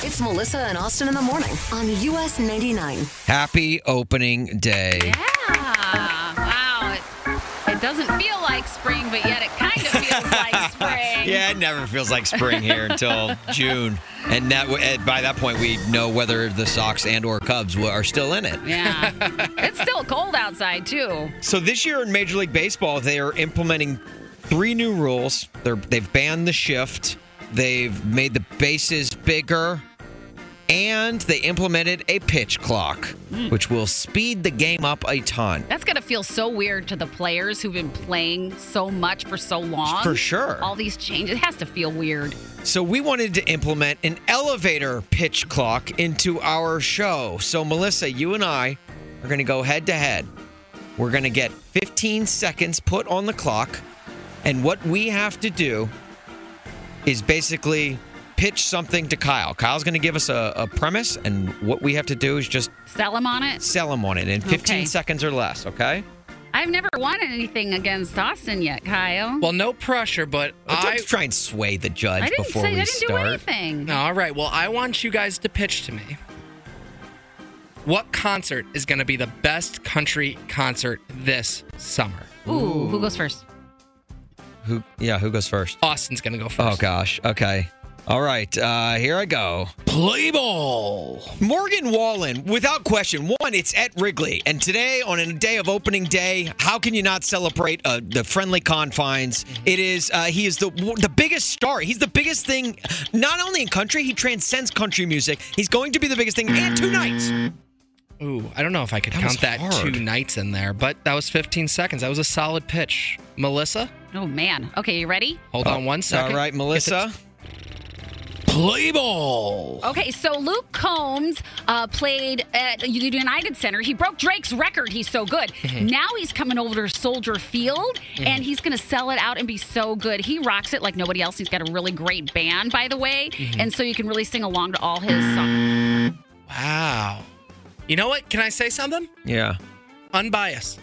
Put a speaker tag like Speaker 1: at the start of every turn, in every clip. Speaker 1: It's Melissa and Austin in the morning on US 99.
Speaker 2: Happy opening day.
Speaker 3: Yeah. Wow. It, it doesn't feel like spring, but yet it kind of feels like spring.
Speaker 2: Yeah, it never feels like spring here until June, and that and by that point we know whether the Sox and or Cubs wa- are still in it.
Speaker 3: Yeah. it's still cold outside, too.
Speaker 2: So this year in Major League Baseball, they are implementing three new rules. They're, they've banned the shift. They've made the bases bigger. And they implemented a pitch clock, which will speed the game up a ton.
Speaker 3: That's going to feel so weird to the players who've been playing so much for so long.
Speaker 2: For sure.
Speaker 3: All these changes. It has to feel weird.
Speaker 2: So we wanted to implement an elevator pitch clock into our show. So Melissa, you and I are going to go head to head. We're going to get 15 seconds put on the clock, and what we have to do is basically pitch something to Kyle. Kyle's going to give us a, a premise, and what we have to do is just
Speaker 3: Sell them on it.
Speaker 2: sell him on it in 15
Speaker 3: Okay.
Speaker 2: seconds or less. Okay?
Speaker 3: I've never won anything against Austin yet, Kyle.
Speaker 4: Well, no pressure, but
Speaker 2: Let's
Speaker 4: I.
Speaker 2: try and sway the judge
Speaker 3: I didn't
Speaker 2: before
Speaker 3: say I
Speaker 2: we
Speaker 3: didn't do
Speaker 2: start.
Speaker 3: anything.
Speaker 4: All right. Well, I want you guys to pitch to me. What concert is going to be the best country concert this summer?
Speaker 3: Ooh, who goes first?
Speaker 2: Who? Yeah. Who goes first?
Speaker 4: Austin's going to go
Speaker 2: Oh
Speaker 4: first.
Speaker 2: gosh. Okay. All right. Uh, here I go.
Speaker 4: Play ball.
Speaker 2: Morgan Wallen, without question, one, it's at Wrigley. And today, on a day of opening day, how can you not celebrate uh, the friendly confines?
Speaker 3: Mm-hmm.
Speaker 2: It is, uh, he is the the biggest star. He's the biggest thing, not only in country, he transcends country music. He's going to be the biggest thing, and two nights.
Speaker 4: Ooh, I don't know if I could
Speaker 2: That was
Speaker 4: count that
Speaker 2: hard.
Speaker 4: two nights in there, but that was 15 seconds. That was a solid pitch. Melissa,
Speaker 3: Oh, man. Okay, you ready?
Speaker 4: hold on one second.
Speaker 2: Oh, All right, Melissa.
Speaker 4: Play ball.
Speaker 3: Okay, so Luke Combs uh, played at the United Center. He broke Drake's record. He's so good. Now he's coming over to Soldier Field and he's going to sell it out and be so good. He rocks it like nobody else. He's got a really great band, by the way. And so you can really sing along to all his songs.
Speaker 4: Wow. You know what? Can I say something?
Speaker 2: Yeah.
Speaker 4: Unbiased.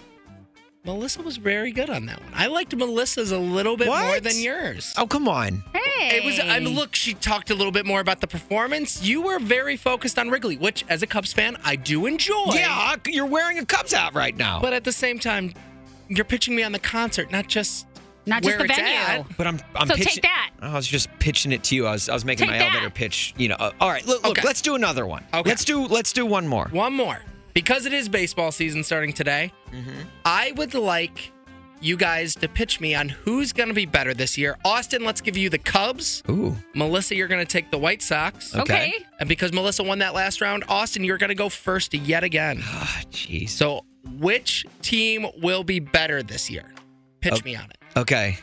Speaker 4: Melissa was very good on that one. I liked Melissa's a little bit more
Speaker 2: What?
Speaker 4: than yours.
Speaker 2: Oh, come on.
Speaker 3: Hey.
Speaker 4: It was. I mean, look, she talked a little bit more about the performance. You were very focused on Wrigley, which, as a Cubs fan, I do enjoy.
Speaker 2: Yeah, you're wearing a Cubs hat right now.
Speaker 4: But at the same time, you're pitching me on the concert, not just
Speaker 3: Not just
Speaker 4: where
Speaker 3: the
Speaker 4: it's
Speaker 3: venue.
Speaker 4: at.
Speaker 2: But I'm, I'm
Speaker 3: So
Speaker 2: pitching.
Speaker 3: take that.
Speaker 2: I was just pitching it to you. I was, I was making
Speaker 3: Take
Speaker 2: my
Speaker 3: that.
Speaker 2: elevator pitch. You know. uh, all right. Look, look
Speaker 4: Okay.
Speaker 2: let's do another one.
Speaker 4: Okay.
Speaker 2: Let's do, let's do one more.
Speaker 4: One more, because it is baseball season starting today.
Speaker 2: Mm-hmm.
Speaker 4: I would like you guys to pitch me on who's going to be better this year. Austin, let's give you the Cubs.
Speaker 2: Ooh.
Speaker 4: Melissa, you're going to take the White Sox.
Speaker 3: okay.
Speaker 2: okay.
Speaker 4: And because Melissa won that last round, Austin, you're going to go first yet again.
Speaker 2: Ah, jeez.
Speaker 4: So, which team will be better this year? Pitch
Speaker 2: Oh.
Speaker 4: me on it.
Speaker 2: Okay.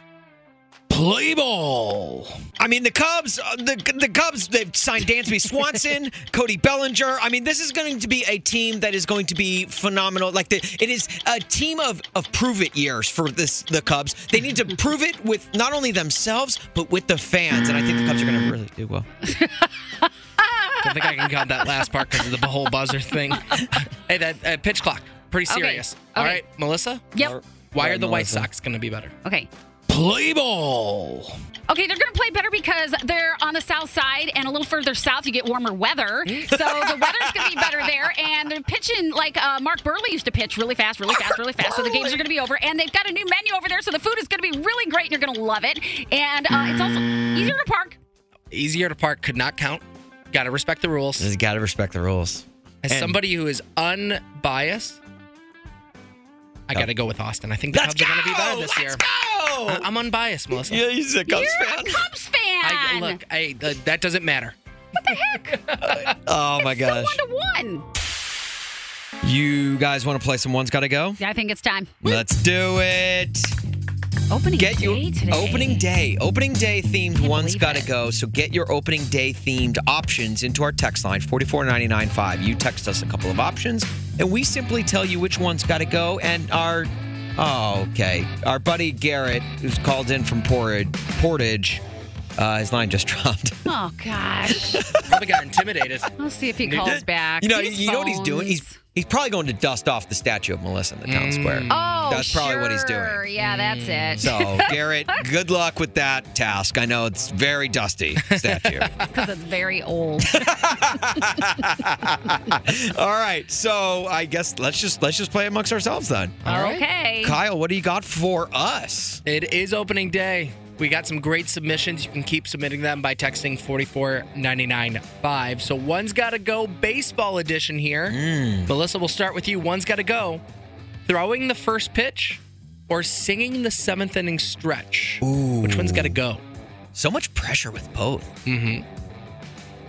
Speaker 4: Play ball.
Speaker 2: I mean, the Cubs, uh, the the Cubs, they've signed Dansby Swanson, Cody Bellinger. I mean, this is going to be a team that is going to be phenomenal. Like the, it is a team of of prove it years for this the Cubs. They need to prove it with not only themselves but with the fans, and I think the Cubs are going to really do well.
Speaker 4: I think I can count that last part because of the whole buzzer thing. hey, that uh, pitch clock. Pretty
Speaker 3: Okay.
Speaker 4: serious. All
Speaker 3: Okay.
Speaker 4: right, Melissa.
Speaker 3: Yep.
Speaker 4: Why
Speaker 2: All
Speaker 4: are
Speaker 2: right,
Speaker 4: the White
Speaker 2: Melissa.
Speaker 4: Sox going to be better?
Speaker 3: Okay.
Speaker 4: Play ball.
Speaker 3: Okay, they're going to play better because they're on the south side, and a little further south, you get warmer weather. So the weather's going to be better there. And they're pitching like uh, Mark Burley used to pitch really fast, really fast, really fast. So the games are going to be over. And they've got a new menu over there, so the food is going to be really great. You're going to love it. And uh, it's also easier to park.
Speaker 4: Easier to park could not count. Got to respect the rules.
Speaker 2: Just got to respect the rules.
Speaker 4: As
Speaker 2: And-
Speaker 4: somebody who is unbiased, I got to go with Austin. I think the
Speaker 2: Let's
Speaker 4: Cubs
Speaker 2: go.
Speaker 4: are going to be better this
Speaker 2: Let's
Speaker 4: year.
Speaker 2: go.
Speaker 4: I- I'm unbiased, Melissa.
Speaker 2: yeah, he's a Cubs
Speaker 3: You're
Speaker 2: fan.
Speaker 3: a Cubs fan.
Speaker 4: I, look, I, uh, that doesn't matter.
Speaker 2: Oh my gosh.
Speaker 3: One to one.
Speaker 2: You guys want to play some one's got to go?
Speaker 3: Yeah, I think it's time.
Speaker 2: Let's do it.
Speaker 3: Opening
Speaker 2: Get
Speaker 3: day
Speaker 2: your
Speaker 3: today.
Speaker 2: opening day, opening day themed
Speaker 3: Can't
Speaker 2: one's
Speaker 3: believe
Speaker 2: got to
Speaker 3: it.
Speaker 2: go. So get your opening day themed options into our text line 44995. You text us a couple of options, and we simply tell you which one's got to go. And our oh, okay, our buddy Garrett, who's called in from Portage, Portage, uh, his line just dropped.
Speaker 3: Oh gosh.
Speaker 4: Probably got intimidated.
Speaker 3: I'll see if he calls back.
Speaker 2: You know,
Speaker 3: These
Speaker 2: you know what he's doing? He's
Speaker 3: phones.
Speaker 2: he's probably going to dust off the statue of Melissa in the town square.
Speaker 3: Oh,
Speaker 2: that's probably what he's doing.
Speaker 3: sure. Yeah, that's it.
Speaker 2: So, Garrett, good luck with that task. I know it's very dusty statue.
Speaker 3: Because it's very old.
Speaker 2: All right, so I guess let's just let's just play amongst ourselves then.
Speaker 3: okay.
Speaker 2: Kyle, what do you got for us?
Speaker 4: It is opening day. We got some great submissions. You can keep submitting them by texting 44995. So one's got to go baseball edition here. Melissa, we'll start with you. One's got to go throwing the first pitch or singing the seventh inning stretch. Which one's got to go?
Speaker 2: So much pressure with both.
Speaker 3: Uh,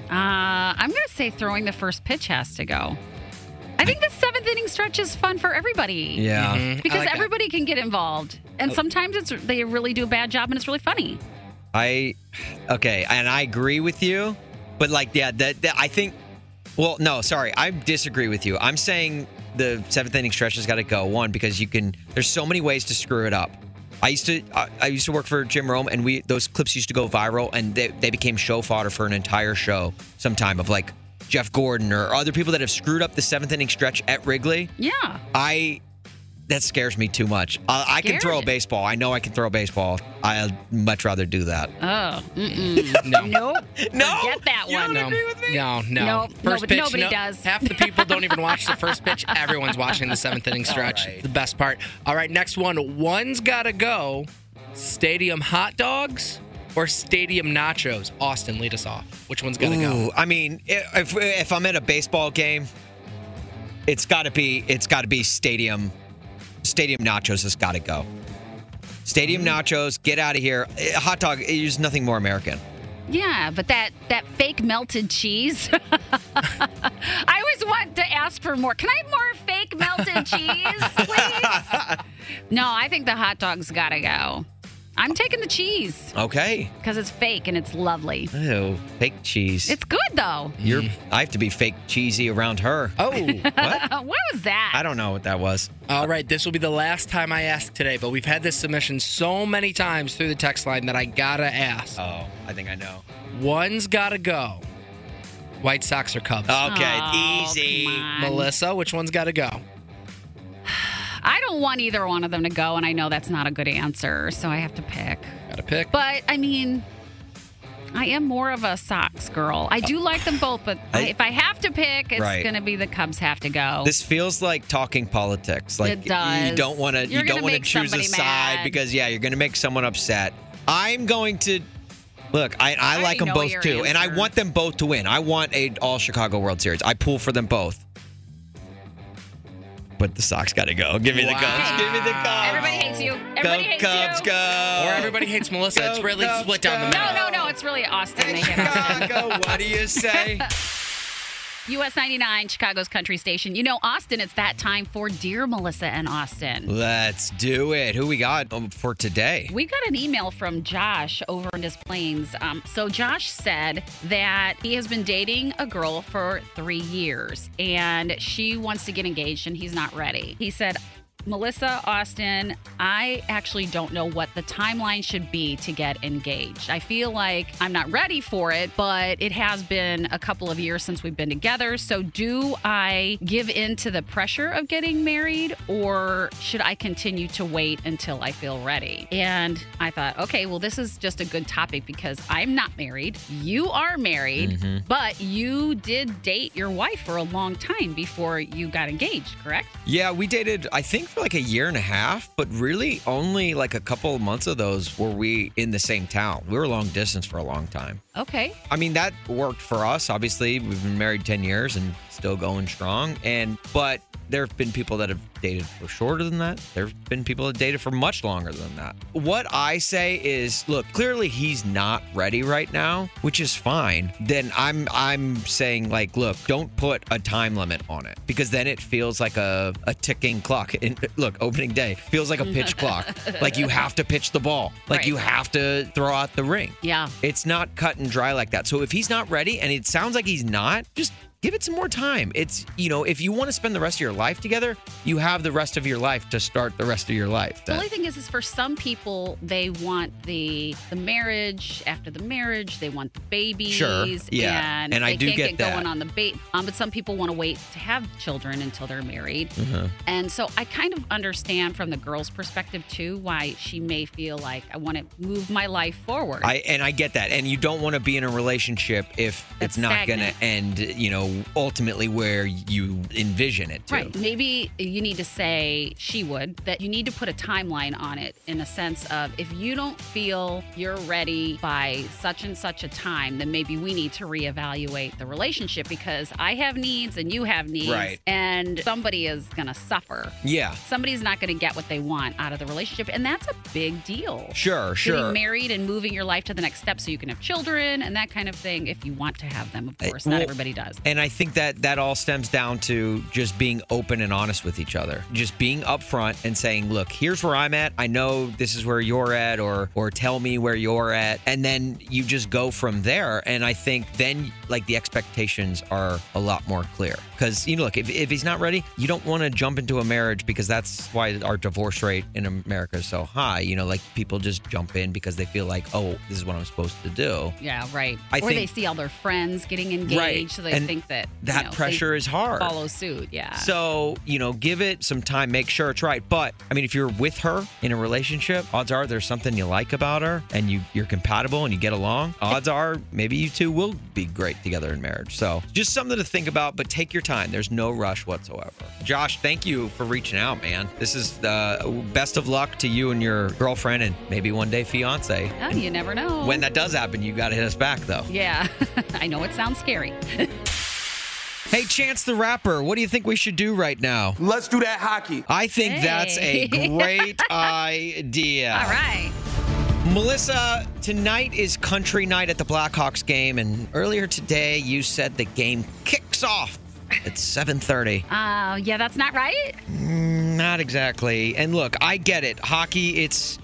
Speaker 3: I'm going to say throwing the first pitch has to go. I think the seventh inning stretch is fun for everybody.
Speaker 2: Yeah.
Speaker 3: Because
Speaker 4: like that. Oh.
Speaker 3: everybody can get involved. And sometimes it's they really do a bad job and it's really funny.
Speaker 2: I okay, and I agree with you, but like yeah, that, that I think. Well, no, sorry, I disagree with you. I'm saying the seventh inning stretch has got to go one because you can. There's so many ways to screw it up. I used to I, I used to work for Jim Rome, and we those clips used to go viral, and they they became show fodder for an entire show sometime of like Jeff Gordon or other people that have screwed up the seventh inning stretch at Wrigley.
Speaker 3: Yeah.
Speaker 2: I that scares me too much. I, I can
Speaker 3: Scared?
Speaker 2: throw a baseball. I know I can throw a baseball. I'd much rather do that.
Speaker 3: Oh. Mm-mm.
Speaker 4: No.
Speaker 3: nope.
Speaker 2: No,
Speaker 4: Oh,
Speaker 3: Forget that
Speaker 2: you
Speaker 3: one.
Speaker 2: don't
Speaker 4: No,
Speaker 2: agree with me?
Speaker 4: no, no.
Speaker 3: Nope.
Speaker 4: First
Speaker 3: Nobody-
Speaker 4: pitch,
Speaker 3: nobody does.
Speaker 4: Half the people don't even watch the first pitch. Everyone's watching the seventh inning stretch. It's The best part. All right, next one. One's got to go. Stadium hot dogs or stadium nachos? Austin, lead us off. Which one's got to go?
Speaker 2: Ooh, I mean, i- if if I'm at a baseball game, it's got to be it's got to be stadium stadium nachos has got to go. Stadium
Speaker 3: Mm-hmm.
Speaker 2: nachos, get out of here. Eh, Hot dog, eh, there's nothing more American.
Speaker 3: Yeah, but that that fake melted cheese. I always want to ask for more. Can I have more fake melted cheese, please? no, I think the hot dog's gotta go. I'm taking the cheese
Speaker 2: Okay.
Speaker 3: because it's fake and it's lovely.
Speaker 2: Oh, fake cheese.
Speaker 3: It's good though.
Speaker 2: You're I have to be fake cheesy around her.
Speaker 4: Oh,
Speaker 2: What?
Speaker 3: Uh, what was that?
Speaker 2: I don't know what that was.
Speaker 4: all right. This will be the last time I ask today, but we've had this submission so many times through the text line that I got to ask.
Speaker 2: Oh, I think I know.
Speaker 4: One's got to go. White Sox or Cubs?
Speaker 2: Okay,
Speaker 3: Oh,
Speaker 2: easy.
Speaker 3: come on.
Speaker 4: Melissa, which one's got to go?
Speaker 3: I don't want either one of them to go, and I know that's not a good answer, so I have to pick.
Speaker 4: Got to pick.
Speaker 3: But I mean, I am more of a Sox girl. I do like them both, but
Speaker 2: I-
Speaker 3: if I have to pick, it's
Speaker 2: Right.
Speaker 3: going to be the Cubs have to go.
Speaker 2: This feels like talking politics. Like you
Speaker 3: does.
Speaker 2: don't want to
Speaker 3: You're
Speaker 2: you don't
Speaker 3: gonna
Speaker 2: want to
Speaker 3: make
Speaker 2: choose a
Speaker 3: somebody
Speaker 2: side
Speaker 3: mad.
Speaker 2: because yeah, you're going to make someone upset. I'm going to Look, I, I,
Speaker 3: already
Speaker 2: like them
Speaker 3: know
Speaker 2: both
Speaker 3: your
Speaker 2: too, and I
Speaker 3: answer.
Speaker 2: want them both to win. I want a all Chicago World Series. I pull for them both. But the Sox got to go. Give me the
Speaker 4: Wow.
Speaker 2: Cubs. Give me the Cubs.
Speaker 3: Everybody hates you.
Speaker 2: go
Speaker 3: Everybody hates
Speaker 2: Cubs.
Speaker 3: you.
Speaker 2: Go.
Speaker 4: Or everybody hates Melissa. it's
Speaker 2: Go,
Speaker 4: really
Speaker 2: go,
Speaker 4: split down the
Speaker 2: go.
Speaker 4: middle.
Speaker 3: No, no, no. It's really Austin. They hit Austin.
Speaker 2: Chicago. what do you say?
Speaker 3: US 99, Chicago's country station. You know, Austin, it's that time for Dear Melissa and Austin.
Speaker 2: Let's do it. Who we got um, for today?
Speaker 3: We got an email from Josh over in Des Plaines. Um, so Josh said that he has been dating a girl for three years and she wants to get engaged and he's not ready. He said, Melissa, Austin, I actually don't know what the timeline should be to get engaged. I feel like I'm not ready for it, but it has been a couple of years since we've been together. So, do I give in to the pressure of getting married or should I continue to wait until I feel ready? And I thought, okay, well, this is just a good topic because I'm not married. You are married, but you did date your wife for a long time before you got engaged, correct?
Speaker 2: Yeah, we dated, I think, for like a year and a half, but really only like a couple of months of those were we in the same town. We were long distance for a long time.
Speaker 3: Okay.
Speaker 2: I mean, that worked for us. Obviously, we've been married 10 years and still going strong. And, but there have been people that have dated for shorter than that. There have been people that dated for much longer than that. What I say is, look, clearly he's not ready right now, which is fine. Then I'm I'm saying like, look, don't put a time limit on it because then it feels like a, a ticking clock. And look, opening day feels like a pitch clock. Like you have to pitch the ball. Like
Speaker 3: Right.
Speaker 2: you have to throw out the ring.
Speaker 3: Yeah.
Speaker 2: It's not cut and dry like that. So if he's not ready, and it sounds like he's not, just give it some more time. It's, you know, if you want to spend the rest of your life together, you have the rest of your life to start the rest of your life.
Speaker 3: The
Speaker 2: then.
Speaker 3: only thing is, is for some people, they want the the marriage after the marriage. They want the babies.
Speaker 2: Sure, yeah,
Speaker 3: and,
Speaker 2: and I
Speaker 3: they
Speaker 2: do
Speaker 3: can't
Speaker 2: get
Speaker 3: get,
Speaker 2: that.
Speaker 3: going on the bait. Um, but some people want to wait to have children until they're married.
Speaker 2: Uh-huh.
Speaker 3: And so I kind of understand from the girl's perspective too why she may feel like I want to move my life forward.
Speaker 2: I and I get that, and you don't want to be in a relationship if
Speaker 3: That's
Speaker 2: it's not going
Speaker 3: stagnant.
Speaker 2: to end, you know, ultimately where you envision it to.
Speaker 3: Right. Maybe you need to say, she would, that you need to put a timeline on it in a sense of if you don't feel you're ready by such and such a time, then maybe we need to reevaluate the relationship because I have needs and you have needs.
Speaker 2: Right.
Speaker 3: And somebody is going to suffer.
Speaker 2: Yeah,
Speaker 3: Somebody's not going to get what they want out of the relationship. And that's a big deal.
Speaker 2: sure,
Speaker 3: Getting
Speaker 2: sure.
Speaker 3: married and moving your life to the next step so you can have children and that kind of thing if you want to have them, of course. Not
Speaker 2: well-
Speaker 3: everybody does.
Speaker 2: And I think that that all stems down to just being open and honest with each other. Just being upfront and saying, "Look, here's where I'm at. I know this is where you're at or or tell me where you're at." And then you just go from there. And I think then like the expectations are a lot more clear. Cuz you know, look, if if he's not ready, you don't want to jump into a marriage because that's why our divorce rate in America is so high. You know, like people just jump in because they feel like, "Oh, this is what I'm supposed to do."
Speaker 3: Yeah, right.
Speaker 2: I
Speaker 3: or they
Speaker 2: think-
Speaker 3: see all their friends getting engaged,
Speaker 2: Right.
Speaker 3: so they
Speaker 2: And
Speaker 3: think that you
Speaker 2: that
Speaker 3: know, they
Speaker 2: pressure is hard.
Speaker 3: Follow suit, yeah.
Speaker 2: So, you know, give it some time, make sure it's right. But I mean, if you're with her in a relationship, odds are there's something you like about her and you, you're compatible and you get along. Odds are maybe you two will be great together in marriage. So just something to think about, but take your time. There's no rush whatsoever. Josh, thank you for reaching out, man. This is the best of luck to you and your girlfriend and maybe one day fiance.
Speaker 3: Oh, you never know.
Speaker 2: When that does happen, you got to hit us back though.
Speaker 3: yeah, I know it sounds scary.
Speaker 2: Hey, Chance the Rapper, what do you think we should do right now?
Speaker 5: Let's do that hockey.
Speaker 2: I think that's a
Speaker 3: Hey.
Speaker 2: great idea.
Speaker 3: All right.
Speaker 2: Melissa, tonight is country night at the Blackhawks game, and earlier today you said the game kicks off at 7:30.
Speaker 3: Uh, yeah, that's not right.
Speaker 2: Not exactly. And look, I get it. Hockey, it's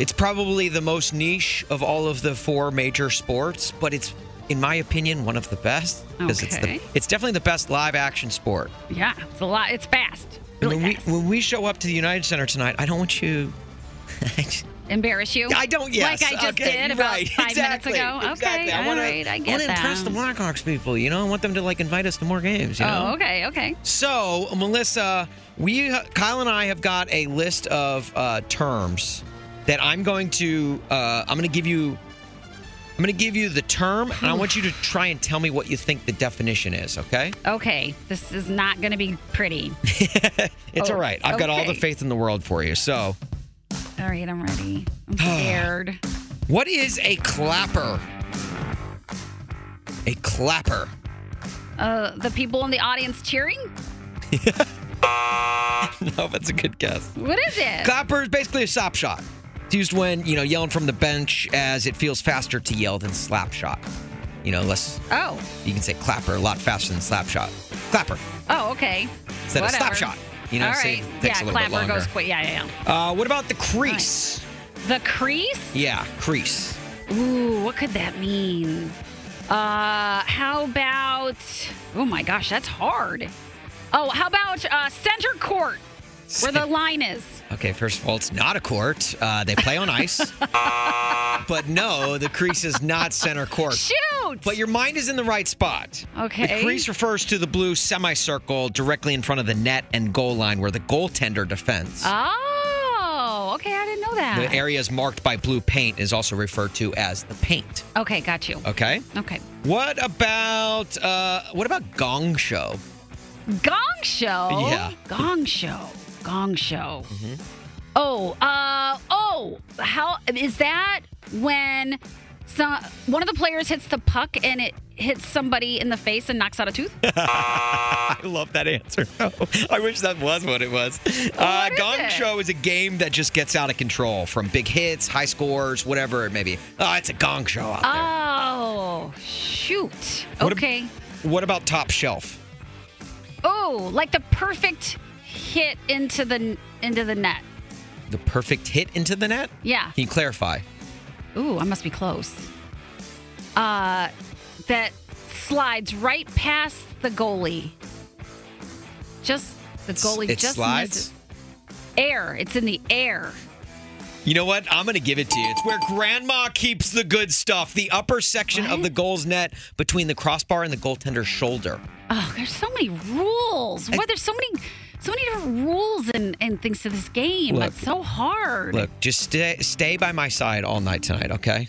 Speaker 2: it's probably the most niche of all of the four major sports, but it's in my opinion one of the best because it's the
Speaker 3: Okay.
Speaker 2: it's definitely the best live action sport.
Speaker 3: Yeah, it's a lot. It's fast.
Speaker 2: And
Speaker 3: Really
Speaker 2: when
Speaker 3: fast.
Speaker 2: we when we show up to the United Center tonight, I don't want you
Speaker 3: Embarrass you?
Speaker 2: I don't. Yes,
Speaker 3: Like I just
Speaker 2: okay,
Speaker 3: did about
Speaker 2: right,
Speaker 3: five
Speaker 2: exactly,
Speaker 3: minutes ago. Okay,
Speaker 2: exactly. I
Speaker 3: all
Speaker 2: wanna,
Speaker 3: right, I
Speaker 2: I
Speaker 3: get
Speaker 2: want to impress the
Speaker 3: them.
Speaker 2: Blackhawks people. You know, I want them to like invite us to more games. You know.
Speaker 3: Oh, okay, okay.
Speaker 2: So, Melissa, we Kyle and I have got a list of uh, terms that I'm going to. Uh, I'm going to give you. I'm going to give you the term,
Speaker 3: Hmm.
Speaker 2: and I want you to try and tell me what you think the definition is. Okay?
Speaker 3: Okay, this is not going to be pretty.
Speaker 2: It's
Speaker 3: Oh,
Speaker 2: all right. I've got all the
Speaker 3: okay.
Speaker 2: faith in the world for you. So,
Speaker 3: All right, I'm ready. I'm scared.
Speaker 2: what is a clapper? A clapper.
Speaker 3: Uh, the people in the audience cheering?
Speaker 2: no, that's a good guess.
Speaker 3: What is it?
Speaker 2: Clapper is basically a slap shot. It's used when, you know, yelling from the bench as it feels faster to yell than slap shot. You know, less
Speaker 3: Oh,
Speaker 2: you can say clapper a lot faster than slap shot. Clapper
Speaker 3: oh, okay.
Speaker 2: instead of slap
Speaker 3: Whatever.
Speaker 2: shot. You know,
Speaker 3: All
Speaker 2: so
Speaker 3: right.
Speaker 2: it takes
Speaker 3: yeah,
Speaker 2: a little
Speaker 3: clapper
Speaker 2: bit longer.
Speaker 3: goes quick. Yeah, yeah,
Speaker 2: uh, what about the crease?
Speaker 3: yeah. The crease?
Speaker 2: Yeah, crease.
Speaker 3: Ooh, what could that mean? Uh, how about? Oh my gosh, that's hard. Oh, how about uh, center court, where the line is?
Speaker 2: Okay, first of all, it's not a court. Uh, they play on ice. but no, the crease is not center court.
Speaker 3: Shoot.
Speaker 2: But your mind is in the right spot.
Speaker 3: Okay.
Speaker 2: The crease refers to the blue semicircle directly in front of the net and goal line where the goaltender defends.
Speaker 3: oh, okay. I didn't know
Speaker 2: the
Speaker 3: that.
Speaker 2: areas marked by blue paint is also referred to as the paint.
Speaker 3: okay, got you.
Speaker 2: Okay.
Speaker 3: Okay.
Speaker 2: What about uh what about gong show?
Speaker 3: Gong show.
Speaker 2: Yeah. Mm-hmm.
Speaker 3: Gong show. Gong show. Oh, uh, oh, how is that when some one of the players hits the puck and it hits somebody in the face and knocks out a tooth?
Speaker 2: I love that answer. No, I wish that was what it was. Uh,
Speaker 3: is
Speaker 2: Gong
Speaker 3: it?
Speaker 2: Show is a game that just gets out of control from big hits, high scores, whatever it may be. Oh, it's a Gong Show out
Speaker 3: Ah.
Speaker 2: there.
Speaker 3: Oh, shoot.
Speaker 2: What ab-
Speaker 3: Okay.
Speaker 2: What about Top Shelf?
Speaker 3: oh, like the perfect hit into the into the net.
Speaker 2: The perfect hit into the net?
Speaker 3: Yeah.
Speaker 2: Can you clarify?
Speaker 3: Ooh, I must be close. Uh, that slides right past the goalie. Just the goalie
Speaker 2: it
Speaker 3: just
Speaker 2: slides?
Speaker 3: misses. Air. It's in the air.
Speaker 2: You know what? I'm going to give it to you. It's where grandma keeps the good stuff, the upper section of the goal's net between the crossbar and the goaltender's shoulder.
Speaker 3: Oh, there's so many rules. What? There's so many, so many different rules and, and things to this game.
Speaker 2: Look.
Speaker 3: it's so hard.
Speaker 2: Look, just stay, stay by my side all night tonight, okay?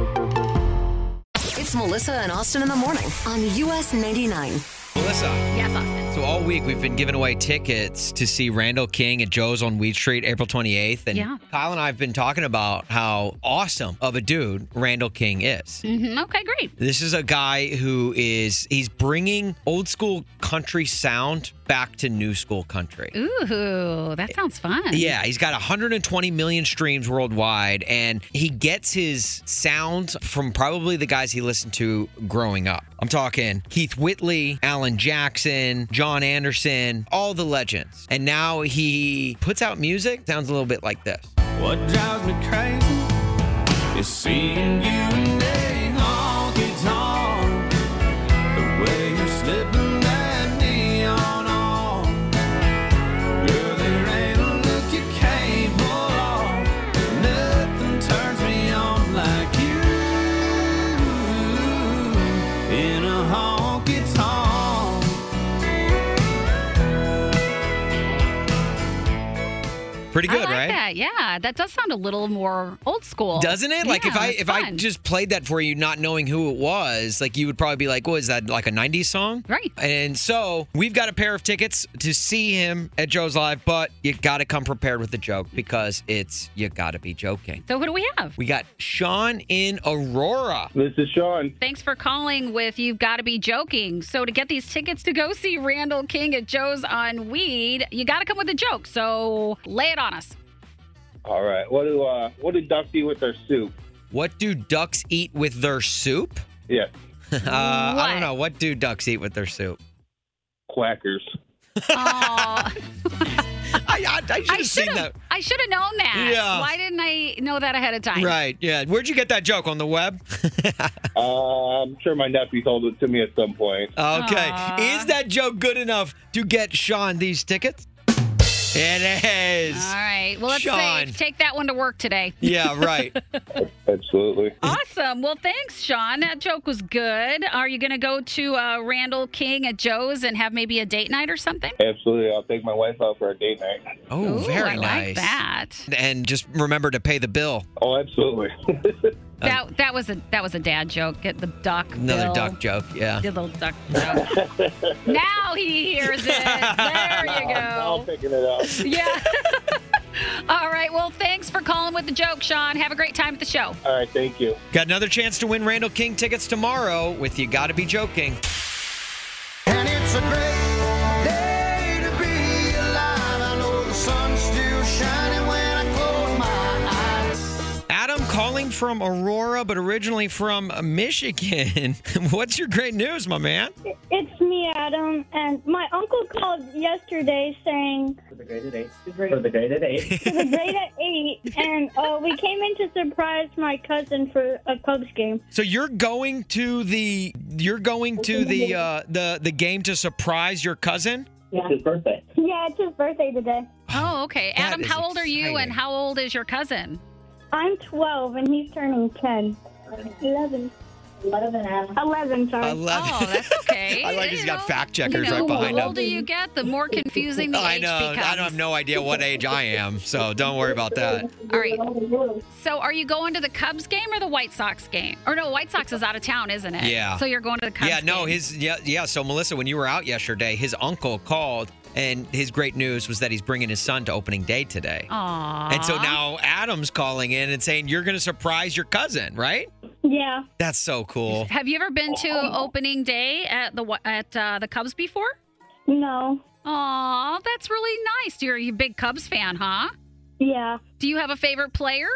Speaker 1: It's Melissa and Austin in the morning on US 99.
Speaker 2: Melissa,
Speaker 3: Yes, Austin.
Speaker 2: so all week we've been giving away tickets to see Randall King at Joe's on Weed Street April 28th. And
Speaker 3: Yeah.
Speaker 2: Kyle and I have been talking about how awesome of a dude Randall King is.
Speaker 3: Mhm, Okay, great.
Speaker 2: This is a guy who is, he's bringing old school country sound back to new school country.
Speaker 3: Ooh, that sounds fun.
Speaker 2: Eh, Yeah, he's got 120 million streams worldwide, and he gets his sound from probably the guys he listened to growing up. I'm talking Keith Whitley, Alan Jackson, John Anderson, all the legends. And now he puts out music, sounds a little bit like this.
Speaker 5: What drives me crazy is seeing you and they honky tonk. The way you're slipping that neon on. Girl, there ain't a look you can't pull off. Nothing turns me on like you in a honky tonk.
Speaker 2: Pretty
Speaker 3: I
Speaker 2: good,
Speaker 3: like
Speaker 2: right?
Speaker 3: that. Yeah, that does sound a little more old school,
Speaker 2: Doesn't it? Like if
Speaker 3: Oh, Yeah,
Speaker 2: I
Speaker 3: that's
Speaker 2: if I
Speaker 3: fun.
Speaker 2: just played that for you, not knowing who it was, like you would probably be like, "What is that? Like a '90s song?"
Speaker 3: Right.
Speaker 2: And so we've got a pair of tickets to see him at Joe's Live, but you got to come prepared with a joke because it's you got to be joking.
Speaker 3: So who do we have?
Speaker 2: We got Sean in Aurora.
Speaker 6: This is Sean.
Speaker 3: Thanks for calling with You've Got to Be Joking. So, to get these tickets to go see Randall King at Joe's on Weed, you got to come with a joke. So, lay it on us.
Speaker 6: All right. What do uh, what do ducks eat with their soup?
Speaker 2: What do ducks eat with their soup?
Speaker 6: Yeah,
Speaker 2: Uh, I
Speaker 3: What?
Speaker 2: don't know. What do ducks eat with their soup?
Speaker 6: quackers.
Speaker 3: Aw,
Speaker 2: I I, I should
Speaker 3: I
Speaker 2: have seen
Speaker 3: should have
Speaker 2: that.
Speaker 3: I should have known that.
Speaker 2: Yeah.
Speaker 3: Why didn't I know that ahead of time?
Speaker 2: Right. Yeah. Where'd you get that joke on the web?
Speaker 6: Uh, I'm sure my nephew told it to me at some point.
Speaker 2: Okay.
Speaker 3: Aw.
Speaker 2: Is that joke good enough to get Sean these tickets? It is.
Speaker 3: All right. Well, let's
Speaker 2: Sean.
Speaker 3: safe. Take that one to work today.
Speaker 2: Yeah, right.
Speaker 6: Absolutely.
Speaker 3: Awesome. Well, thanks, Sean. That joke was good. Are you going to go to uh, Randall King at Joe's and have maybe a date night or something?
Speaker 6: Absolutely. I'll take my wife out for a date night.
Speaker 2: Oh,
Speaker 3: Ooh,
Speaker 2: very
Speaker 3: I
Speaker 2: nice.
Speaker 3: Like that.
Speaker 2: And just remember to pay the bill.
Speaker 6: Oh, absolutely.
Speaker 3: That that was a that was a dad joke. Get the duck.
Speaker 2: Uh, Another
Speaker 3: bill.
Speaker 2: duck joke. Yeah.
Speaker 3: The little duck joke. now he hears it. There you
Speaker 6: I'm
Speaker 3: go.
Speaker 6: picking it up.
Speaker 3: Yeah. All right. Well, thanks for calling with the joke, Sean. Have a great time at the show.
Speaker 6: All right. Thank you.
Speaker 2: Got another chance to win Randall King tickets tomorrow with You Gotta Be Joking.
Speaker 5: And it's a great day to be alive. I know the sun's still shining when I close my eyes.
Speaker 2: Adam calling from Aurora, but originally from Michigan. What's your great news, my man?
Speaker 7: It's me, Adam, and my uncle called yesterday saying for the grade at eight, and uh, we came in to surprise my cousin for a Cubs game.
Speaker 2: So you're going to the you're going to the uh the the game to surprise your cousin?
Speaker 7: Yeah, it's his birthday today.
Speaker 3: Oh, okay.
Speaker 2: That
Speaker 3: Adam,
Speaker 2: is
Speaker 3: how old are you,
Speaker 2: exciting.
Speaker 3: and how old is your cousin?
Speaker 7: I'm 12, and he's turning 10. 11. Eleven. Eleven. Sorry.
Speaker 2: 11.
Speaker 3: Oh, that's okay.
Speaker 2: I like he's got fact checkers
Speaker 3: You know,
Speaker 2: right behind
Speaker 3: The
Speaker 2: him.
Speaker 3: older you get, the more confusing the
Speaker 2: I
Speaker 3: age
Speaker 2: know.
Speaker 3: becomes.
Speaker 2: I don't have no idea what age I am, so don't worry about that.
Speaker 3: All right. So, are you going to the Cubs game or the White Sox game? Or no, White Sox is out of town, isn't it?
Speaker 2: Yeah.
Speaker 3: So you're going to the Cubs.
Speaker 2: yeah, no,
Speaker 3: game.
Speaker 2: his yeah, yeah. So Melissa, when you were out yesterday, his uncle called, and his great news was that he's bringing his son to opening day today.
Speaker 3: Aww.
Speaker 2: And so now Adam's calling in and saying you're going to surprise your cousin, right?
Speaker 7: Yeah.
Speaker 2: That's so cool.
Speaker 3: Have you ever been to
Speaker 2: Oh.
Speaker 3: opening day at the Wh- at uh, the Cubs before?
Speaker 7: No.
Speaker 3: Aw, that's really nice. You're a big Cubs fan, huh?
Speaker 7: Yeah.
Speaker 3: Do you have a favorite player?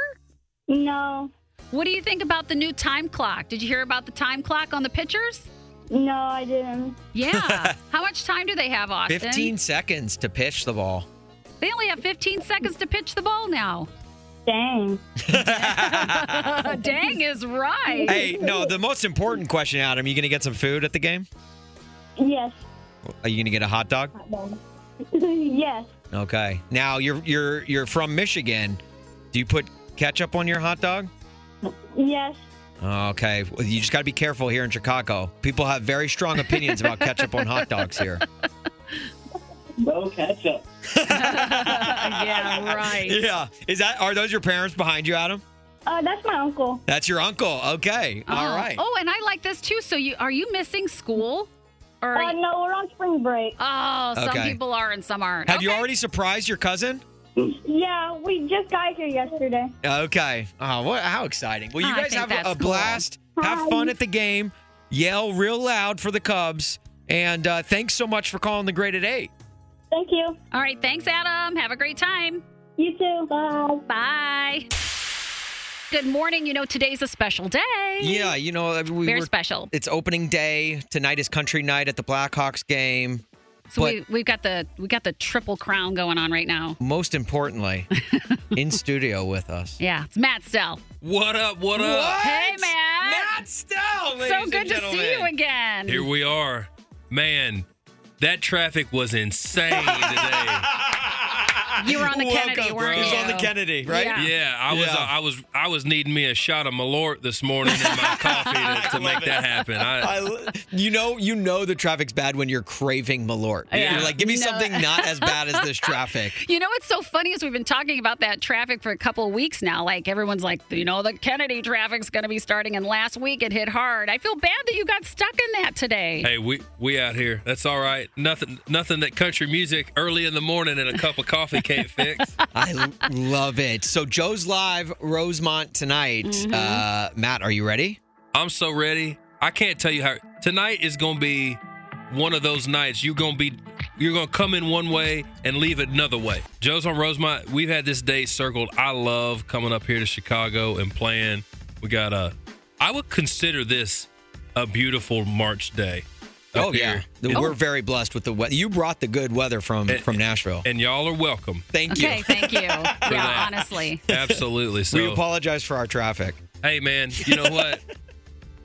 Speaker 7: No.
Speaker 3: What do you think about the new time clock? Did you hear about the time clock on the pitchers?
Speaker 7: No, I didn't.
Speaker 3: Yeah. How much time do they have, Austin?
Speaker 2: 15 seconds to pitch the ball.
Speaker 3: They only have 15 seconds to pitch the ball now. Oh,
Speaker 7: Dang.
Speaker 3: Dang is right.
Speaker 2: Hey, no, the most important question, Adam, you going to get some food at the game?
Speaker 7: Yes.
Speaker 2: Are you going to get a hot dog?
Speaker 7: yes.
Speaker 2: Okay. Now you're you're you're from Michigan. Do you put ketchup on your hot dog?
Speaker 7: Yes.
Speaker 2: Okay. Well, You just got to be careful here in Chicago. People have very strong opinions about ketchup on hot dogs here.
Speaker 6: No ketchup.
Speaker 3: yeah, right.
Speaker 2: Yeah. Is that are those your parents behind you, Adam?
Speaker 7: Uh, that's my uncle.
Speaker 2: That's your uncle. Okay. All
Speaker 3: Oh.
Speaker 2: right.
Speaker 3: Oh, and I like this too. So you are you missing school? Or
Speaker 7: Uh, no, we're on spring break.
Speaker 3: oh, some
Speaker 2: Okay.
Speaker 3: people are and some aren't.
Speaker 2: Have you
Speaker 3: Okay.
Speaker 2: already surprised your cousin?
Speaker 7: Yeah, we just got here yesterday.
Speaker 2: Okay. Oh, what? How exciting! Well, you
Speaker 3: I
Speaker 2: guys
Speaker 3: think
Speaker 2: have a-
Speaker 3: that's
Speaker 2: a
Speaker 3: cool.
Speaker 2: blast. Have fun at the game. Yell real loud for the Cubs. And uh, thanks so much for calling the Great at Eight.
Speaker 7: Thank you.
Speaker 3: All right. Thanks, Adam. Have a great time.
Speaker 7: You too. Bye.
Speaker 3: Bye. Good morning. You know today's a special day.
Speaker 2: Yeah, you know I mean, we
Speaker 3: Very
Speaker 2: were-
Speaker 3: special.
Speaker 2: It's opening day tonight. Is country night at the Blackhawks game.
Speaker 3: So
Speaker 2: but-
Speaker 3: we, we've got the we got the triple crown going on right now.
Speaker 2: Most importantly, in studio with us.
Speaker 3: Yeah, it's Matt Stell.
Speaker 4: What up? What up?
Speaker 3: Hey, Matt.
Speaker 2: Matt Stell. ladies
Speaker 3: So
Speaker 2: and
Speaker 3: good to see you
Speaker 2: gentlemen.
Speaker 3: again.
Speaker 5: Here we are. Man, that traffic was insane today.
Speaker 3: You were on the
Speaker 2: Welcome,
Speaker 3: Kennedy,
Speaker 2: bro.
Speaker 3: weren't
Speaker 2: He was
Speaker 3: you?
Speaker 2: on the Kennedy, right?
Speaker 3: Yeah.
Speaker 5: Yeah, I was uh,
Speaker 2: Yeah.
Speaker 5: I was I was needing me a shot of Malort this morning in my coffee to, to make that happen. I,
Speaker 2: I l- you know, you know the traffic's bad when you're craving Malort.
Speaker 3: Yeah.
Speaker 2: You're like, give me
Speaker 3: No.
Speaker 2: something not as bad as this traffic.
Speaker 3: You know what's so funny is we've been talking about that traffic for a couple of weeks now. Like everyone's like, you know, the Kennedy traffic's going to be starting, and last week it hit hard. I feel bad that you got stuck in that today.
Speaker 5: hey, we we out here. That's all right. Nothing nothing that country music early in the morning and a cup of coffee can't fix.
Speaker 2: I l- love it. So Joe's live Rosemont tonight.
Speaker 3: Mm-hmm.
Speaker 2: Uh, Matt, are you ready?
Speaker 5: I'm so ready. I can't tell you how tonight is gonna be one of those nights. You're gonna be you're gonna come in one way and leave another way. Joe's on Rosemont. We've had this day circled. I love coming up here to Chicago and playing. We got a. I would consider this a beautiful March day. up here.
Speaker 2: Oh,
Speaker 5: Oh.
Speaker 2: The- we're very blessed with the weather. You brought the good weather from from Nashville.
Speaker 5: and y'all are welcome.
Speaker 2: Thank
Speaker 3: okay,
Speaker 2: you.
Speaker 3: thank you. yeah,
Speaker 5: that.
Speaker 3: honestly.
Speaker 5: Absolutely. So
Speaker 2: We apologize for our traffic.
Speaker 5: Hey man, you know what?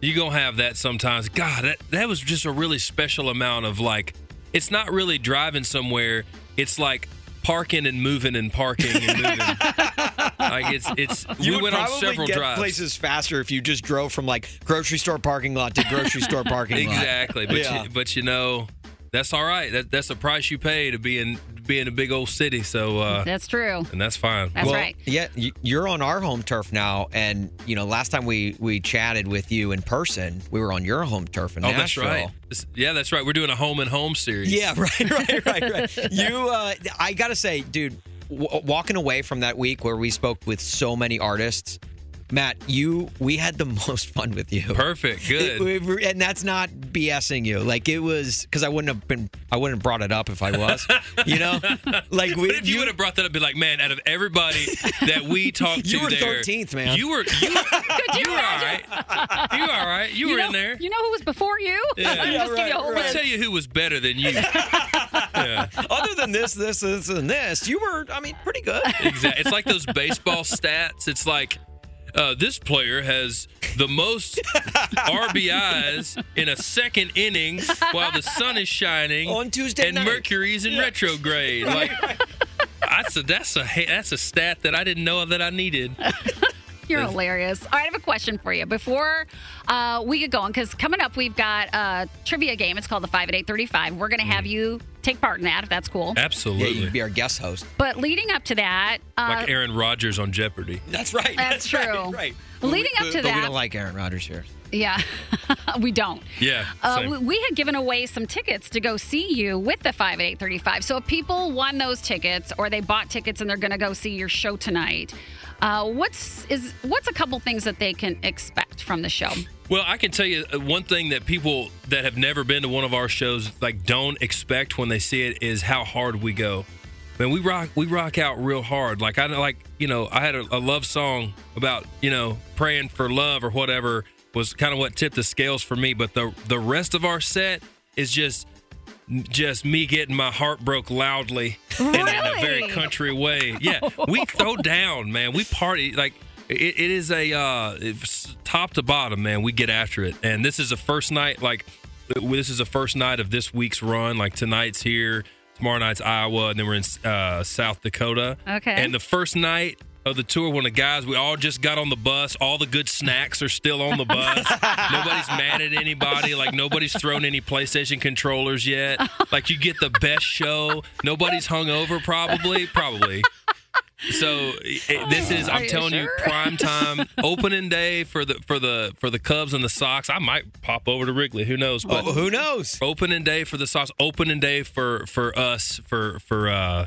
Speaker 5: you gonna have that sometimes. God, that that was just a really special amount of like it's not really driving somewhere, it's like parking and moving and parking and moving. like it's it's
Speaker 2: You
Speaker 5: we
Speaker 2: would
Speaker 5: went on
Speaker 2: probably
Speaker 5: several
Speaker 2: get
Speaker 5: drives.
Speaker 2: places faster if you just drove from like grocery store parking lot to grocery store parking lot.
Speaker 5: exactly. But
Speaker 2: Yeah.
Speaker 5: you, but you know, that's all right. That that's the price you pay to be in be in a big old city, so uh
Speaker 3: That's true.
Speaker 5: and that's fine.
Speaker 3: That's
Speaker 2: well,
Speaker 3: right.
Speaker 2: Yeah, y- you're on our home turf now, and you know last time we we chatted with you in person, we were on your home turf in
Speaker 5: Oh, that's
Speaker 2: Nashville.
Speaker 5: right. This- Yeah, that's right. We're doing a home and home series.
Speaker 2: Yeah, right, right, right, right. you, uh, I gotta say, dude, w- walking away from that week where we spoke with so many artists, Matt, you, we had the most fun with you.
Speaker 5: Perfect. Good.
Speaker 2: It- we- and that's not BSing you. Like it was because I wouldn't have been, I wouldn't have brought it up if I was. You know, like we,
Speaker 5: But if you, would have brought that up, be like, man, out of everybody that we talked to,
Speaker 2: You were
Speaker 5: there,
Speaker 2: 13th, man.
Speaker 5: You were, you, were- you were all right. You were all right. You, were
Speaker 3: know,
Speaker 5: in there.
Speaker 3: You know who was before you?
Speaker 5: Yeah.
Speaker 3: I'll
Speaker 5: Yeah,
Speaker 3: just give you a whole
Speaker 5: I'll
Speaker 3: list.
Speaker 5: tell you who was better than you. yeah,
Speaker 2: other than this, this, this, and this, you were, I mean, pretty good.
Speaker 5: exactly. It's like those baseball stats. It's like uh, this player has the most RBIs in a second inning while the sun is shining
Speaker 2: On Tuesday
Speaker 5: and
Speaker 2: night.
Speaker 5: Mercury's in retrograde. Like, that's a that's a that's a stat that I didn't know that I needed.
Speaker 3: You're hilarious. All right, I have a question for you before uh, we get going because coming up we've got a trivia game. It's called the Five at Eight Thirty Five. We're going to
Speaker 5: Mm.
Speaker 3: have you take part in that if that's cool.
Speaker 2: Yeah,
Speaker 7: Absolutely.
Speaker 2: you could be our guest host.
Speaker 3: But leading up to that, uh,
Speaker 7: like Aaron Rodgers on Jeopardy.
Speaker 2: That's right.
Speaker 3: That's true.
Speaker 2: Right. right.
Speaker 3: Leading
Speaker 2: But we-
Speaker 3: up to
Speaker 2: but we
Speaker 3: that-
Speaker 2: don't like Aaron Rodgers here.
Speaker 3: yeah, we don't.
Speaker 7: Yeah.
Speaker 3: Uh,
Speaker 7: same.
Speaker 3: we, we had given away some tickets to go see you with the 5 at 835. So if people won those tickets or they bought tickets and they're going to go see your show tonight, uh, what's is what's a couple things that they can expect from the show?
Speaker 7: Well, I can tell you uh, one thing that people that have never been to one of our shows like don't expect when they see it is how hard we go. Man, we rock we rock out real hard. Like I like you know I had a, a love song about you know praying for love or whatever was kind of what tipped the scales for me. But the the rest of our set is just just me getting my heart broke loudly and in a very
Speaker 3: Really?
Speaker 7: country way. Yeah, we throw down, man. We party like it, it is a uh, it's top to bottom, man. We get after it, and this is the first night. Like this is the first night of this week's run. Like tonight's here, tomorrow night's Iowa, and then we're in uh, South Dakota.
Speaker 3: Okay.
Speaker 7: And the first night. Of the tour, when the guys, we all just got on the bus. All the good snacks are still on the bus. nobody's mad at anybody. Like nobody's thrown any PlayStation controllers yet. Like you get the best show. Nobody's hungover, probably, probably. So it, this is
Speaker 3: Are
Speaker 7: I'm
Speaker 3: you
Speaker 7: telling you
Speaker 3: sure?
Speaker 7: prime time opening day for the for the for the Cubs and the Sox. I might pop over to Wrigley, who knows? But
Speaker 2: Well, who knows?
Speaker 7: opening day for the Sox, opening day for for us for for uh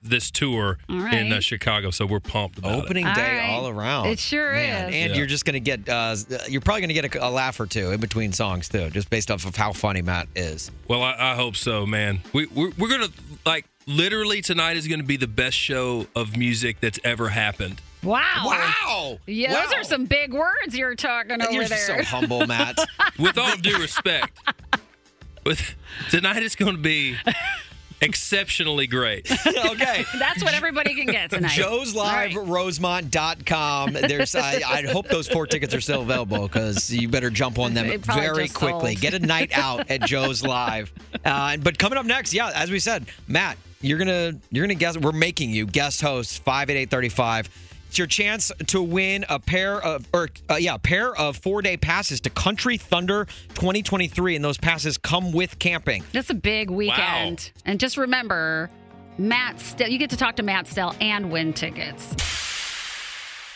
Speaker 7: this tour
Speaker 3: All right.
Speaker 7: in uh, Chicago. So we're pumped about it.
Speaker 2: Opening
Speaker 3: All
Speaker 2: day
Speaker 3: right.
Speaker 2: all around.
Speaker 3: It sure
Speaker 2: Man,
Speaker 3: is.
Speaker 2: And you're just gonna get uh, you're probably gonna get a, a laugh or two in between songs too, just based off of how funny Matt is.
Speaker 7: Well, I, I hope so, man. We we're, we're gonna like literally tonight is gonna be the best show of music that's ever happened.
Speaker 3: Wow.
Speaker 2: Wow.
Speaker 3: Yeah, those
Speaker 2: Wow.
Speaker 3: are some big words you're talking over
Speaker 2: You're
Speaker 3: there.
Speaker 2: so humble, Matt.
Speaker 7: With all due respect, with tonight is gonna be exceptionally great.
Speaker 2: okay.
Speaker 3: That's what everybody can get tonight.
Speaker 2: Joe's Live Rosemont.com. There's I, I hope those four tickets are still available because you better jump on them
Speaker 3: It probably
Speaker 2: very
Speaker 3: just
Speaker 2: quickly.
Speaker 3: sold.
Speaker 2: Get a night out at Joe's Live. Uh, but coming up next, yeah, as we said, Matt, you're gonna you're gonna guess we're making you guest host five at eight thirty five. It's your chance to win a pair of, or uh, yeah, a pair of four day passes to Country Thunder 2023, and those passes come with camping.
Speaker 3: That's a big weekend. And just remember, Matt Stell, you get to talk to Matt Stell and win tickets.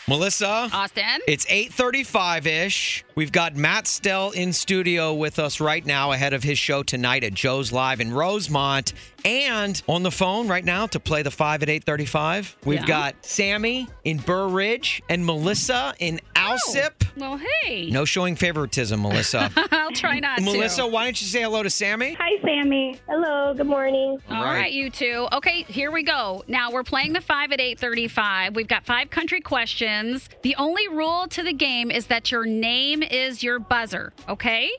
Speaker 2: Melissa,
Speaker 3: Austin?
Speaker 2: It's 8:35-ish. We've got Matt Stell in studio with us right now ahead of his show tonight at Joe's Live in Rosemont and on the phone right now to play the 5 at 8:35. We've
Speaker 3: Yeah.
Speaker 2: got Sammy in Burr Ridge and Melissa in Alsip.
Speaker 3: Well, hey.
Speaker 2: No showing favoritism, Melissa.
Speaker 3: I'll try not to.
Speaker 2: Melissa, why don't you say hello to Sammy?
Speaker 8: Hi, Sammy. Hello. Good morning.
Speaker 3: All right. you two. Okay, here we go. Now we're playing the five at eight thirty-five. We've got five country questions. The only rule to the game is that your name is your buzzer. Okay.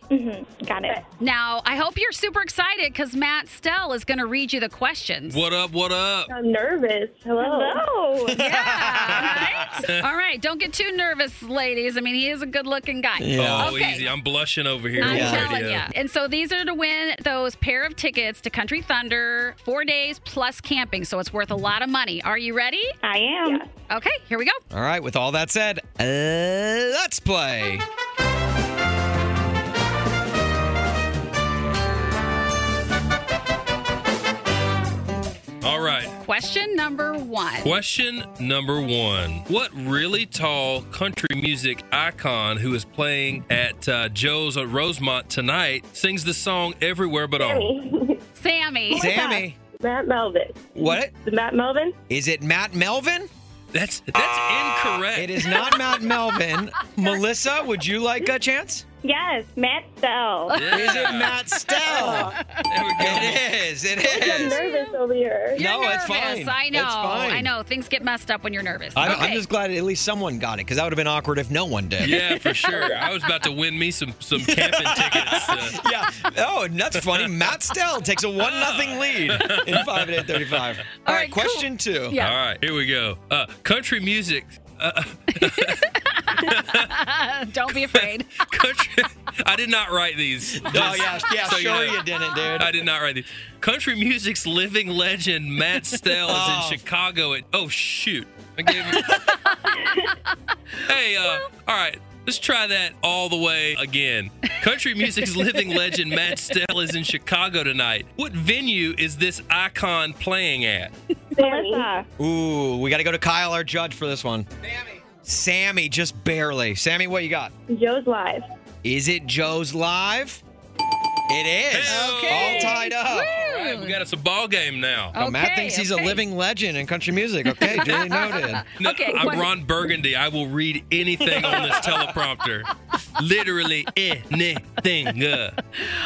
Speaker 8: Got it.
Speaker 3: Now I hope you're super excited because Matt Stell is going to read you the questions.
Speaker 7: What up? What up?
Speaker 8: I'm nervous. Hello. Hello.
Speaker 3: Yeah, all right. All right. Don't get too nervous, ladies. I mean, he is a good-looking guy.
Speaker 2: Yeah.
Speaker 7: Oh,
Speaker 3: Okay.
Speaker 7: easy. I'm blushing over here.
Speaker 3: I'm
Speaker 7: on
Speaker 3: telling
Speaker 7: radio.
Speaker 3: you. And so these are to win those pair of tickets to Country Thunder, four days plus camping. So it's worth a lot of money. Are you ready?
Speaker 8: I am.
Speaker 3: Okay, here we go.
Speaker 2: All right, with all that said, uh, let's play.
Speaker 7: All right.
Speaker 3: Question number one.
Speaker 7: Question number one What really tall country music icon who is playing at uh, Joe's at Rosemont tonight sings the song Everywhere But Home?
Speaker 3: Sammy.
Speaker 2: Sammy,
Speaker 8: Matt Melvin.
Speaker 2: what?
Speaker 8: Matt Melvin?
Speaker 2: Is it Matt Melvin?
Speaker 7: That's that's incorrect.
Speaker 2: It is not Matt Melvin. Melissa, would you like a chance?
Speaker 8: Yes, Matt Bell.
Speaker 7: Yeah.
Speaker 2: Is it Matt Stell?
Speaker 7: There we go.
Speaker 2: it is. It
Speaker 8: I'm
Speaker 2: is.
Speaker 8: nervous over here.
Speaker 3: You're
Speaker 2: No,
Speaker 3: nervous.
Speaker 2: it's fine.
Speaker 3: I know.
Speaker 2: It's fine.
Speaker 3: I know. Things get messed up when you're nervous.
Speaker 2: I'm,
Speaker 3: okay.
Speaker 2: I'm just glad at least someone got it because that would have been awkward if no one did.
Speaker 7: Yeah, for sure. I was about to win me some some camping tickets. Uh,
Speaker 2: Yeah. Oh, and that's funny. Matt Stell takes a one nothing lead in five at eight thirty five. All
Speaker 3: All
Speaker 2: right,
Speaker 3: right, cool.
Speaker 2: question two.
Speaker 3: Yeah.
Speaker 7: All right, here we go. Uh, country music
Speaker 3: Don't be afraid.
Speaker 9: I did not write these. Oh
Speaker 2: yeah, yeah, sure you didn't, dude.
Speaker 9: I did not write these. Country music's living legend Matt Stell is
Speaker 2: Oh.
Speaker 9: in Chicago at. Oh shoot! I gave him. hey, uh, all right. Let's try that all the way again. Country music's living legend Matt Stell is in Chicago tonight. What venue is this icon playing at?
Speaker 7: Melissa.
Speaker 2: Ooh, we got to go to Kyle, our judge, for this one. Sammy. Sammy, just barely. Sammy, what you got?
Speaker 7: Joe's live.
Speaker 2: Is it Joe's Live? It is.
Speaker 9: Okay.
Speaker 2: All tied
Speaker 9: All
Speaker 2: up.
Speaker 9: right, we got us a ball game now.
Speaker 2: Now, Matt
Speaker 3: Okay,
Speaker 2: thinks he's
Speaker 3: okay.
Speaker 2: a living legend in country music. Okay, duly noted.
Speaker 9: No,
Speaker 3: Okay,
Speaker 9: I'm
Speaker 3: what-
Speaker 9: Ron Burgundy. I will read anything on this teleprompter. Literally anything. Uh,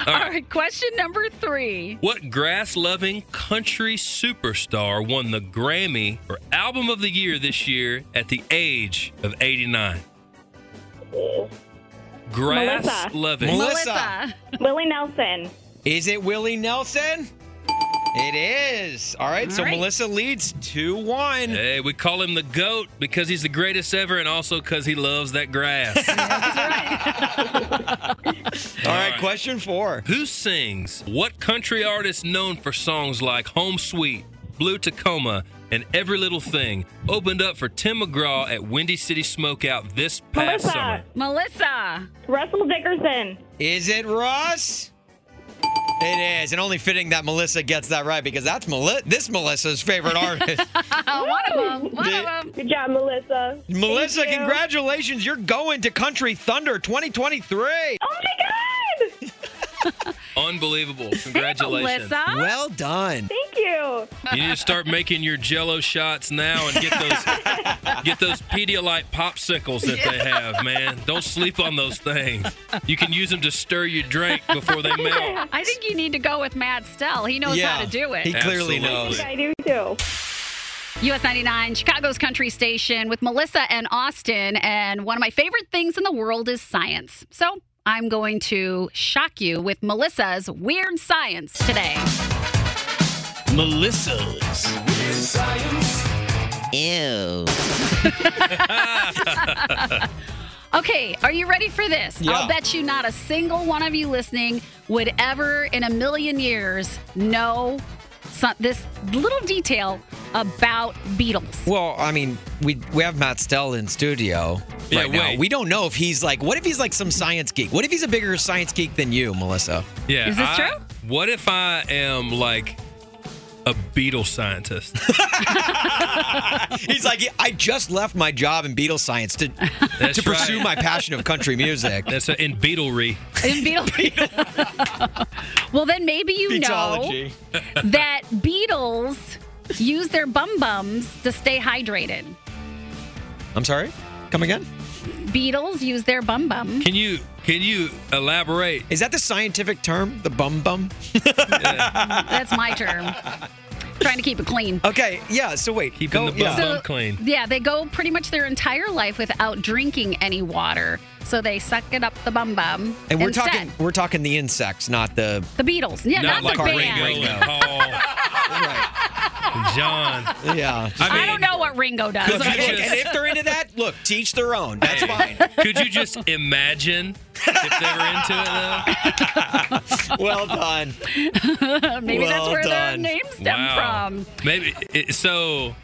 Speaker 9: All
Speaker 3: All
Speaker 9: right.
Speaker 3: right, question number three.
Speaker 9: What grass loving country superstar won the Grammy for Album of the Year this year at the age of 89? Grass loving.
Speaker 2: Melissa.
Speaker 7: Willie Nelson.
Speaker 2: Is it Willie Nelson? It is. All right, so
Speaker 3: right.
Speaker 2: Melissa leads 2 1.
Speaker 9: Hey, we call him the GOAT because he's the greatest ever and also because he loves that grass.
Speaker 2: All
Speaker 9: All
Speaker 2: right,
Speaker 9: right.
Speaker 2: question four.
Speaker 9: Who sings? What country artist known for songs like Home Sweet, Blue Tacoma, and Every Little Thing opened up for Tim McGraw at Windy City Smokeout this past
Speaker 7: Melissa.
Speaker 9: summer?
Speaker 3: Melissa.
Speaker 7: Russell Dickerson.
Speaker 2: Is it Russ? It is. And only fitting that Melissa gets that right because that's Meli- this Melissa's favorite artist.
Speaker 3: Oh, one of them. One
Speaker 2: Did-
Speaker 3: of them.
Speaker 7: Good job, Melissa.
Speaker 2: Melissa,
Speaker 7: Thank you.
Speaker 2: congratulations. You're going to Country Thunder 2023.
Speaker 7: Oh my God!
Speaker 9: Unbelievable. Congratulations.
Speaker 3: Melissa.
Speaker 2: Well done.
Speaker 7: Thank you.
Speaker 9: you need to start making your jello shots now and get those get those Pedialyte popsicles that they have, man. Don't sleep on those things. You can use them to stir your drink before they melt.
Speaker 3: I think you need to go with Matt Stell. He knows how to do
Speaker 2: He
Speaker 3: it.
Speaker 2: clearly
Speaker 9: Absolutely.
Speaker 2: knows.
Speaker 7: I do too.
Speaker 3: US 99, Chicago's Country Station with Melissa and Austin. And one of my favorite things in the world is science. So I'm going to shock you with Melissa's Weird Science today.
Speaker 10: Melissa's. Ew.
Speaker 3: Okay, are you ready for this?
Speaker 2: Yeah.
Speaker 3: I'll bet you not a single one of you listening would ever in a million years know some, this little detail about beetles.
Speaker 2: Well, I mean, we we have Matt Stell in studio
Speaker 9: Yeah,
Speaker 2: right now.
Speaker 9: wait.
Speaker 2: We don't know if he's like, what if he's like some science geek? What if he's a bigger science geek than you, Melissa?
Speaker 9: Yeah.
Speaker 3: Is this
Speaker 9: I-
Speaker 3: true?
Speaker 9: What if I am like a beetle scientist?
Speaker 2: He's like, I just left my job in Beatles science to
Speaker 9: That's
Speaker 2: to pursue
Speaker 9: right.
Speaker 2: my passion of country music.
Speaker 9: That's a, in beetlery.
Speaker 3: In beetle- well, then maybe you know that beetles use their bum bums to stay hydrated.
Speaker 2: I'm sorry. Come again?
Speaker 3: Beetles use their bum bum.
Speaker 9: Can you can you elaborate?
Speaker 2: Is that the scientific term? The bum bum?
Speaker 3: That's my term. Trying to keep it clean.
Speaker 2: Okay, yeah. So wait,
Speaker 9: Keeping
Speaker 2: go-
Speaker 9: the bum
Speaker 2: yeah.
Speaker 9: bum. clean.
Speaker 3: Yeah, they go pretty much their entire life without drinking any water. So they suck it up the bum bum.
Speaker 2: And we're
Speaker 3: instead.
Speaker 2: talking, we're talking the insects, not the.
Speaker 3: the Beatles. Yeah, not,
Speaker 9: like
Speaker 3: the
Speaker 2: Ringo.
Speaker 3: band.
Speaker 9: Ringo and Paul
Speaker 2: Right.
Speaker 9: and John.
Speaker 2: Yeah.
Speaker 9: I mean,
Speaker 3: I don't know what Ringo does.
Speaker 9: Could
Speaker 2: Look,
Speaker 9: you
Speaker 2: and
Speaker 9: just-
Speaker 2: if they're into that, look, teach their own. That's fine.
Speaker 9: Could you just imagine if they were into it
Speaker 2: Well done.
Speaker 3: Maybe that's
Speaker 2: Well
Speaker 3: where
Speaker 2: done.
Speaker 3: the name stem
Speaker 9: though? Wow.
Speaker 3: from.
Speaker 9: Maybe it, so.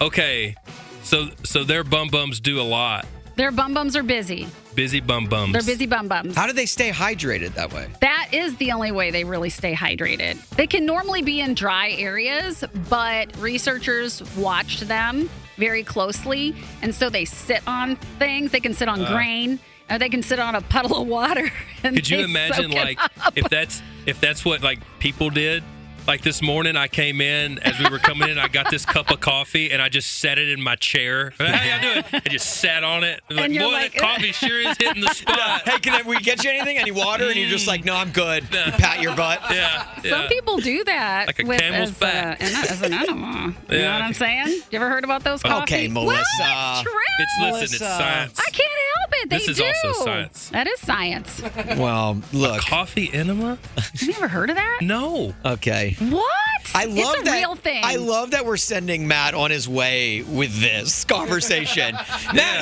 Speaker 9: Okay, so so their bum bums do a lot.
Speaker 3: Their bum bums are busy.
Speaker 9: Busy bum bums.
Speaker 3: They're busy bum bums.
Speaker 2: How do they stay hydrated that way?
Speaker 3: That is the only way they really stay hydrated. They can normally be in dry areas, but researchers watched them very closely. And so they sit on things. They can sit on grain, or they can sit on a puddle of water. And
Speaker 9: Uh. Could you
Speaker 3: they
Speaker 9: imagine
Speaker 3: soak it
Speaker 9: like
Speaker 3: up.
Speaker 9: if that's if that's what like people did? Like this morning, I came in as we were coming in. I got this cup of coffee and I just set it in my chair. Hey, I do it. I just sat on it. I'm Like,
Speaker 3: And you're
Speaker 9: boy,
Speaker 3: like-
Speaker 9: that coffee sure is hitting the spot.
Speaker 2: Hey, can we get you anything? Any water? And you're just like, no, I'm good. You pat your butt.
Speaker 9: Yeah,
Speaker 3: Some
Speaker 9: yeah.
Speaker 3: people do that
Speaker 9: Like a
Speaker 3: with,
Speaker 9: camel's
Speaker 3: as,
Speaker 9: back.
Speaker 3: A, and that- as an animal. You know
Speaker 9: Yeah.
Speaker 3: what I'm saying? You ever heard about those coffee?
Speaker 2: Okay,
Speaker 3: Well,
Speaker 2: Melissa.
Speaker 3: it's true.
Speaker 9: It's listen, it's
Speaker 2: Melissa.
Speaker 9: science.
Speaker 3: I can't help it. They
Speaker 9: This is
Speaker 3: do.
Speaker 9: also science.
Speaker 3: That is science. Have
Speaker 2: Well, look.
Speaker 9: Coffee enema?
Speaker 3: you ever heard of that?
Speaker 9: No.
Speaker 2: Okay.
Speaker 3: What?
Speaker 2: I love
Speaker 3: it's a
Speaker 2: that.
Speaker 3: real thing.
Speaker 2: I love that we're sending Matt on his way with this conversation. Matt,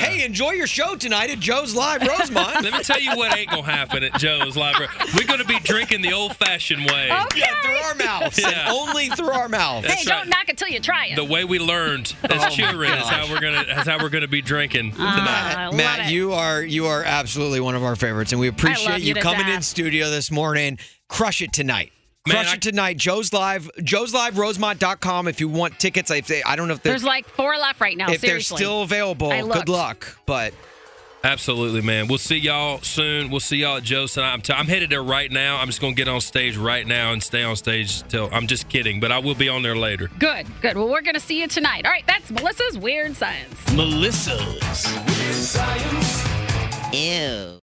Speaker 2: hey, enjoy your show tonight at Joe's Live Rosemont.
Speaker 9: Let me tell you what ain't gonna happen at Joe's Library. We're gonna be drinking the old-fashioned way.
Speaker 2: Oh, Yeah, through our mouths. and
Speaker 9: Yeah.
Speaker 2: only through our mouths.
Speaker 3: Hey, don't knock it till you try it.
Speaker 9: The way we learned as children is how we're gonna is how we're gonna be drinking.
Speaker 2: Uh-huh.
Speaker 3: Ah, I love
Speaker 2: Matt,
Speaker 3: it.
Speaker 2: you are you are absolutely one of our favorites, and we appreciate
Speaker 3: you
Speaker 2: you
Speaker 3: to
Speaker 2: coming in
Speaker 3: death.
Speaker 2: studio this morning. Crush it tonight.
Speaker 9: Man,
Speaker 2: Crush
Speaker 9: I-
Speaker 2: it tonight. Joe's Live, Joe's Live, Rosemont.com. If you want tickets, I, I don't know if they're,
Speaker 3: There's like four left right now.
Speaker 2: if they're
Speaker 3: seriously.
Speaker 2: still available.
Speaker 3: I
Speaker 2: Good
Speaker 3: looked.
Speaker 2: luck. But
Speaker 9: Absolutely, man. We'll see y'all soon. We'll see y'all at Joe's tonight. I'm, t- I'm headed there right now. I'm just gonna get on stage right now and stay on stage till I'm just kidding, but I will be on there later.
Speaker 3: Good, good. Well, we're going to see you tonight. All right, that's Melissa's Weird Science.
Speaker 10: Melissa's. Ew.